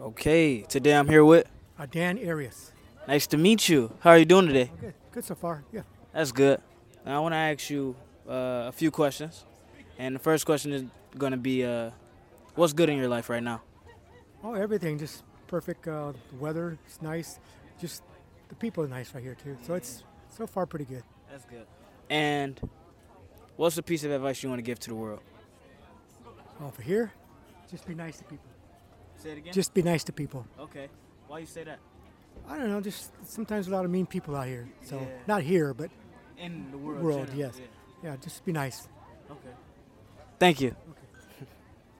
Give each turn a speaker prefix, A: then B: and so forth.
A: Okay, today I'm here with.
B: Uh, Dan Arias.
A: Nice to meet you. How are you doing today?
B: Good, good so far. Yeah.
A: That's good. Now I want to ask you uh, a few questions, and the first question is going to be, uh, what's good in your life right now?
B: Oh, everything just perfect. Uh, the weather is nice. Just the people are nice right here too. So it's so far pretty good.
A: That's good. And what's the piece of advice you want to give to the world?
B: Over here, just be nice to people.
A: Say it again.
B: Just be nice to people.
A: okay. Why you say that?
B: I don't know. Just sometimes a lot of mean people out here. So
A: Yeah.
B: not here, but
A: In the world.
B: World, generally, yes. yeah, just be nice.
A: Okay. Thank you.
B: Okay.